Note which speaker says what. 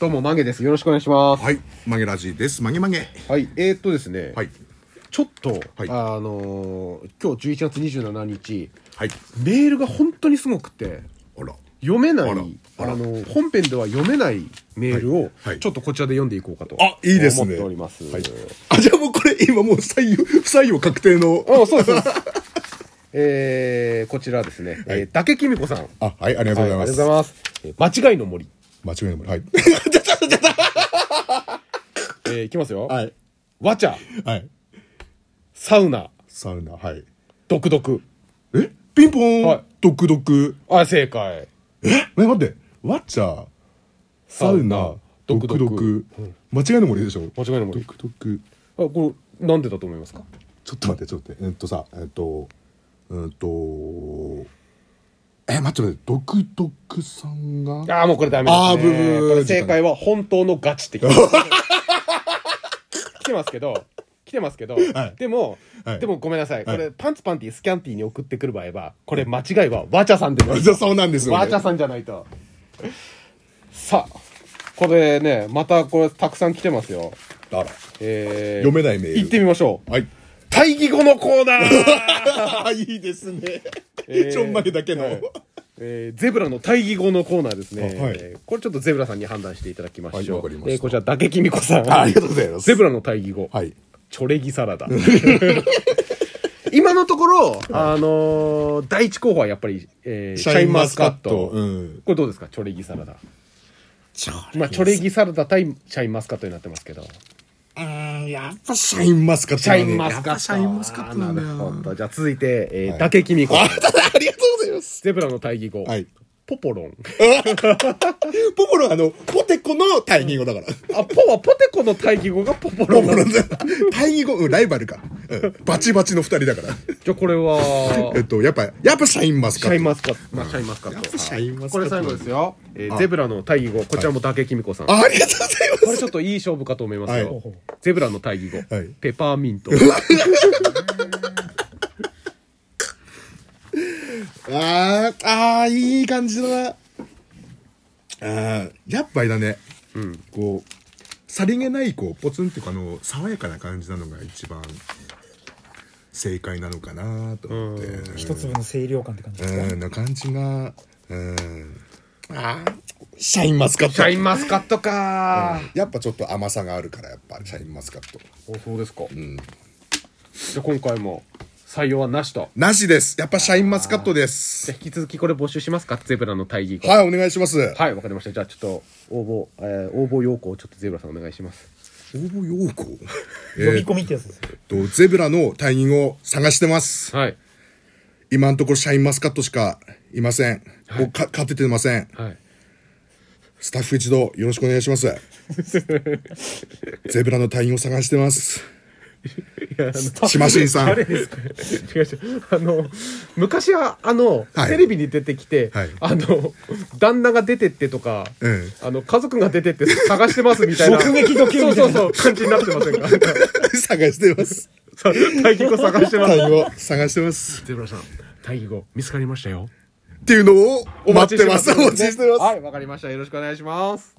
Speaker 1: どうも、マゲです。よろしくお願いします。
Speaker 2: はい、曲げラジです。曲げ曲げ。
Speaker 1: はい。えー、っとですね。
Speaker 2: はい。
Speaker 1: ちょっと、
Speaker 2: はい
Speaker 1: あのー今日11月27日、
Speaker 2: はい。
Speaker 1: メールが本当にすごくて、
Speaker 2: あら。
Speaker 1: 読めない、あ
Speaker 2: あらあら
Speaker 1: のー本編では読めないメールを、
Speaker 2: はい
Speaker 1: ちょっとこちらで読んでいこうかと。
Speaker 2: あいいですね
Speaker 1: 思っております。
Speaker 2: はい。あ、じゃあもうこれ今もう採用、不採用確定の。
Speaker 1: あそうです。 えー、こちらですね。えー、伊達きみこさん。はい
Speaker 2: あ、はい、ありがとうございま
Speaker 1: あり
Speaker 2: す。
Speaker 1: がとうございます。えー間違いの森。
Speaker 2: 間違いない。はい。
Speaker 1: えー、いきますよ。
Speaker 2: はい。
Speaker 1: わちゃ、
Speaker 2: はい。
Speaker 1: サウナ、
Speaker 2: サウナ、はい。
Speaker 1: ドクドク。
Speaker 2: えピンポ
Speaker 1: は
Speaker 2: ー
Speaker 1: い
Speaker 2: ンドクドク。
Speaker 1: あ、正解。
Speaker 2: え待って。ワッチャー、サウナ、ドクドク。間違いの森でしょ
Speaker 1: 間違いの森
Speaker 2: ドクドク。
Speaker 1: あ、これ、なんでだと思いますか
Speaker 2: ちょっと待って、ちょっと待って。えっとさ、えっと、えっと、え、待って待って、ドクドクさんが
Speaker 1: ああ、もうこれダメです、ね。
Speaker 2: あーブーブー
Speaker 1: これ正解は本当のガチって来てます。 来てますけど、来てますけど、
Speaker 2: はい
Speaker 1: でも、
Speaker 2: はい
Speaker 1: でもごめんなさい。こ
Speaker 2: はい
Speaker 1: れ、パンツパンティ、スキャンティに送ってくる場合は、これ間違いはワチャさんでない
Speaker 2: じゃあ
Speaker 1: と。
Speaker 2: そうなんですよ、ね。
Speaker 1: ワチャさんじゃないと。さあ、これね、またこれたくさん来てますよ。
Speaker 2: あら。
Speaker 1: えー、
Speaker 2: 読めないメール
Speaker 1: 行ってみましょう。
Speaker 2: はい。
Speaker 1: 対義語のコーナー
Speaker 2: いいですね。
Speaker 1: えー
Speaker 2: ちょんまげだけの。
Speaker 1: はいえーゼブラの対義語のコーナーですね、
Speaker 2: あはい
Speaker 1: えーこれちょっとゼブラさんに判断していただきましょう、
Speaker 2: はいわかりました
Speaker 1: えーこちら伊達公子さん
Speaker 2: あありがとうございます
Speaker 1: ゼブラの対義語、
Speaker 2: はい。
Speaker 1: チョレギサラ ダ今のところ、あのー第一候補はやっぱり、えーシャインマスカット
Speaker 2: うん。
Speaker 1: これどうですかチョレギサラダ、
Speaker 2: チ
Speaker 1: まあ、チョレギサラダ対シャインマスカットになってますけど
Speaker 2: うん、やっぱシャインマスカット
Speaker 1: シ
Speaker 2: だ
Speaker 1: ャ
Speaker 2: ね、
Speaker 1: インマスカット
Speaker 2: やっぱシャインマスカットなんだ
Speaker 1: なるほ
Speaker 2: よ。
Speaker 1: どじゃあ続いて、えー
Speaker 2: はい
Speaker 1: 伊達公子さん
Speaker 2: あ、ありがとうございます。
Speaker 1: ゼブラの対義語、
Speaker 2: はい
Speaker 1: ポポロン
Speaker 2: ポポロはあの、ポテコの対義語だから。
Speaker 1: あポはポテコの対義語がポポロ
Speaker 2: ポ
Speaker 1: ン
Speaker 2: ポ
Speaker 1: なんだ
Speaker 2: ロだ。対義語、うんライバルか。うん。バチバチの二人だから。
Speaker 1: じゃあこれは
Speaker 2: えっと、やっぱ、やっぱシャインマス
Speaker 1: シ
Speaker 2: カ
Speaker 1: ャイ
Speaker 2: ッ
Speaker 1: ン
Speaker 2: ト。
Speaker 1: マスカット。まあ、シャインマスカッ
Speaker 2: やっ
Speaker 1: ト。
Speaker 2: ぱシャインマスカ
Speaker 1: こ
Speaker 2: ッ
Speaker 1: れ
Speaker 2: ト
Speaker 1: 最後ですよ。えーゼブラの大義語。こちらも伊達公子さん。こ
Speaker 2: あありがとうございます。
Speaker 1: れちょっといい勝負かと思いますよ
Speaker 2: は。
Speaker 1: ゼブラの大義語
Speaker 2: はい。
Speaker 1: ペパーミン ト。
Speaker 2: あー、あー、いい感じだな。あー、やっぱりだね。こう、さりげない、こう、ポツンっていうか、あの、爽やかな感じなのが一番、正解なのかなと思って。
Speaker 3: 一粒の清涼感って感じですか
Speaker 2: うん、な感じが、うん。あー、シャインマスカット。
Speaker 1: シャインマスカットか
Speaker 2: やっぱちょっと甘さがあるから、やっぱ、シャインマスカット。
Speaker 1: おそうですか。じゃあ今回も採用はなしと。
Speaker 2: なしです。やっぱシャインマスカットで
Speaker 1: じゃ
Speaker 2: す。
Speaker 1: あ引き続きこれ募集しますかゼブラの大義語。
Speaker 2: はい、お願いします。
Speaker 1: はい、わかりました。じゃあちょっと応募、えー応募要項をちょっとゼブラさんお願いします。
Speaker 2: 応募要項 え
Speaker 3: 呼
Speaker 2: ー
Speaker 3: び込みってやつですよ
Speaker 2: えっと、ゼブラの隊員を探してます。
Speaker 1: はい。
Speaker 2: 今のところシャインマスカットしかいません。もうか勝ててません。
Speaker 1: はい。
Speaker 2: スタッフ一同よろしくお願い します。ゼブラの隊員を探してます。シマシンさん。
Speaker 1: 誰ですか違う違う。あの、昔は、あの、
Speaker 2: はい
Speaker 1: テレビに出てきて、
Speaker 2: はい
Speaker 1: あの、旦那が出てってとか、
Speaker 2: うん
Speaker 1: あの、家族が出てって探してますみたいな。
Speaker 3: 目撃ドキュ
Speaker 1: そう
Speaker 3: みた
Speaker 1: そそう、
Speaker 3: いうな
Speaker 1: 感じになってませんかなんか
Speaker 2: 探してます。
Speaker 1: さ大義語探してます
Speaker 2: 隊。員を探してます。
Speaker 1: ゼブラさん、大義語見つかりましたよ。
Speaker 2: っていうのを待ってます。お
Speaker 1: お
Speaker 2: 待
Speaker 1: 待ち
Speaker 2: ちし
Speaker 1: してて
Speaker 2: ま
Speaker 1: ますす。。はい、わかりました。よろしくお願いします。